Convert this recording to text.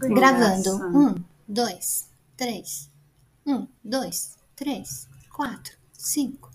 Gravando. Um, dois, três. Um, dois, três, quatro, cinco,